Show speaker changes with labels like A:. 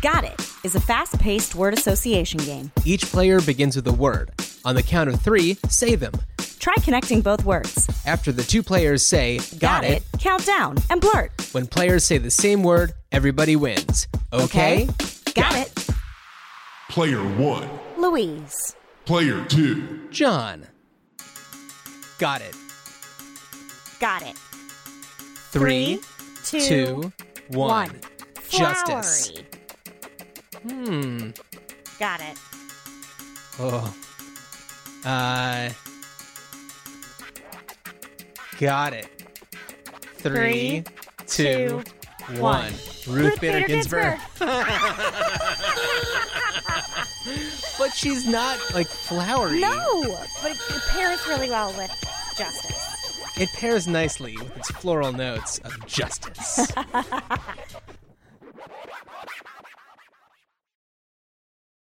A: Got It is a fast paced word association game.
B: Each player begins with a word. On the count of three, say them.
A: Try connecting both words.
B: After the two players say, Got, it,
A: Count down and blurt.
B: when players say the same word, everybody wins. Okay?
A: Got it.
C: Player one.
A: Louise.
C: Player two.
B: John. Got it.
A: Got it.
B: Three,
A: Two.
B: two, one.
A: one.
B: Justice. Hmm.
A: Flowery. Got it.
B: Oh. Uh. Got it. Three,
A: Three,
B: two,
A: one.
B: one. Ruth Bader Ginsburg. But she's not like flowery.
A: No, but it, it pairs really well with justice.
B: It pairs nicely with its floral notes of justice.